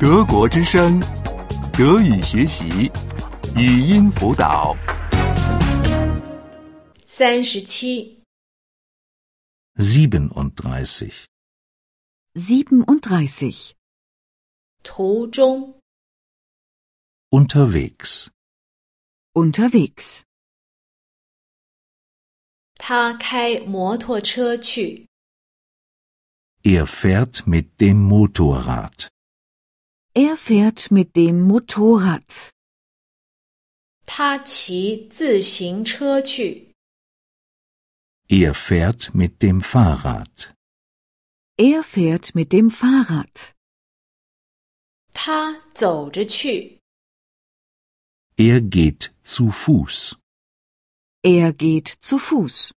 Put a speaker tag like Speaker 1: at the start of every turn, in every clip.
Speaker 1: 德国之声，德语学习，语音辅导。
Speaker 2: 三十七，
Speaker 3: 37.
Speaker 4: 37.
Speaker 2: 途中
Speaker 3: Unterwegs.
Speaker 4: Unterwegs.
Speaker 2: 他开摩托车去，
Speaker 3: Er fährt mit dem Motorrad.
Speaker 4: Er fährt mit dem Motorrad.
Speaker 2: 他骑自行车去，
Speaker 3: Er fährt mit dem Fahrrad.
Speaker 4: Er fährt mit dem Fahrrad.
Speaker 2: 他走着去，
Speaker 3: Er geht zu Fuß.
Speaker 4: Er geht zu Fuß.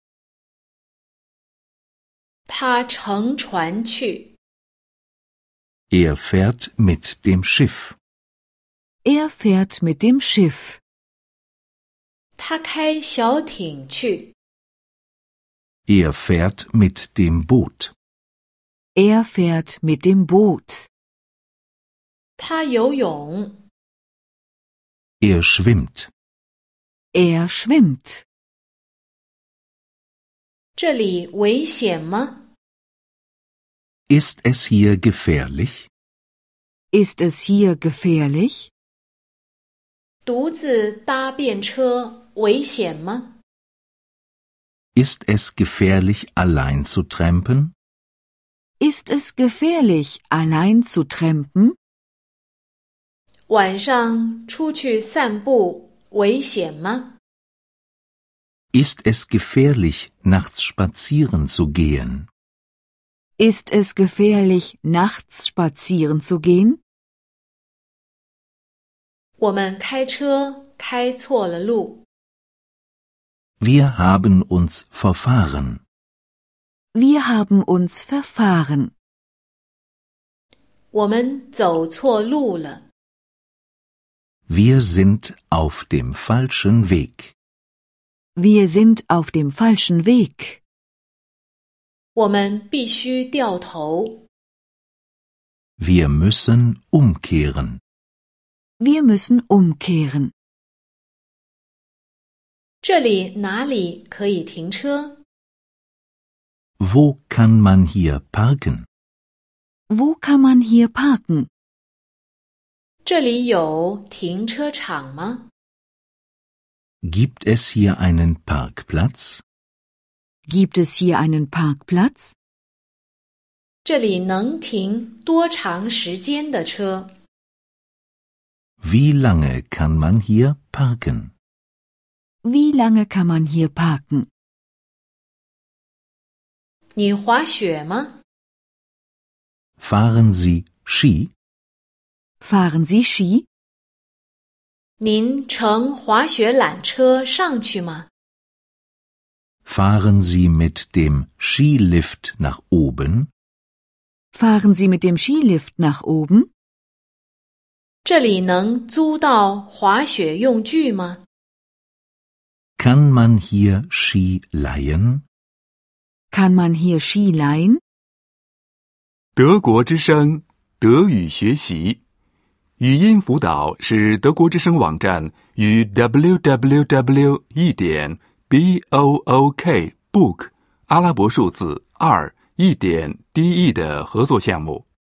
Speaker 2: 他乘船去，
Speaker 3: Er fährt mit dem Schiff.
Speaker 4: Er fährt mit dem Schiff.
Speaker 2: 他开小艇去，
Speaker 3: Er fährt mit dem Boot.
Speaker 4: Er fährt mit dem Boot.
Speaker 2: 他游泳，
Speaker 3: Er schwimmt.
Speaker 4: Er schwimmt.
Speaker 2: 这里危险吗？
Speaker 3: Ist es hier gefährlich?
Speaker 4: Ist es hier gefährlich?
Speaker 2: 独自搭便车危险吗？
Speaker 3: Ist es gefährlich, allein zu trampen?
Speaker 4: Ist es gefährlich, allein zu trampen?
Speaker 2: 晚上出去散步危险吗？
Speaker 3: Ist es gefährlich, nachts spazieren zu gehen?
Speaker 4: Ist es gefährlich, nachts spazieren zu gehen?
Speaker 2: 我们开车开错了路，
Speaker 3: Wir haben uns verfahren.
Speaker 4: Wir haben uns verfahren.
Speaker 2: 我们走错路了。
Speaker 3: Wir sind auf dem falschen Weg.
Speaker 4: Wir sind auf dem falschen Weg.
Speaker 2: 我们必须掉头。
Speaker 3: Wir müssen umkehren.
Speaker 4: Wir müssen umkehren.
Speaker 2: 这里哪里可以停车？
Speaker 3: Wo kann man hier parken?
Speaker 4: Wo kann man hier parken?
Speaker 2: 这里有停车场吗？
Speaker 3: Gibt es hier einen Parkplatz?
Speaker 4: Gibt es hier einen Parkplatz?
Speaker 2: 这里能停多长时间的车？
Speaker 3: Wie lange kann man hier parken?
Speaker 4: Wie lange kann man hier parken?
Speaker 2: 你滑雪吗？
Speaker 3: Fahren Sie Ski?
Speaker 4: Fahren Sie Ski?
Speaker 2: 您乘滑雪缆车上去吗？
Speaker 3: Fahren Sie mit dem Skilift nach oben?
Speaker 4: Fahren Sie mit dem Skilift nach oben?
Speaker 2: 这里能租到滑雪用具吗？
Speaker 3: Kann man hier Ski leihen?
Speaker 4: Kann man hier Ski leihen?
Speaker 1: 德国之声，德语学习，语音辅导是德国之声网站与 www. 一点 b o o k book 阿拉伯数字二一点 d e 的合作项目。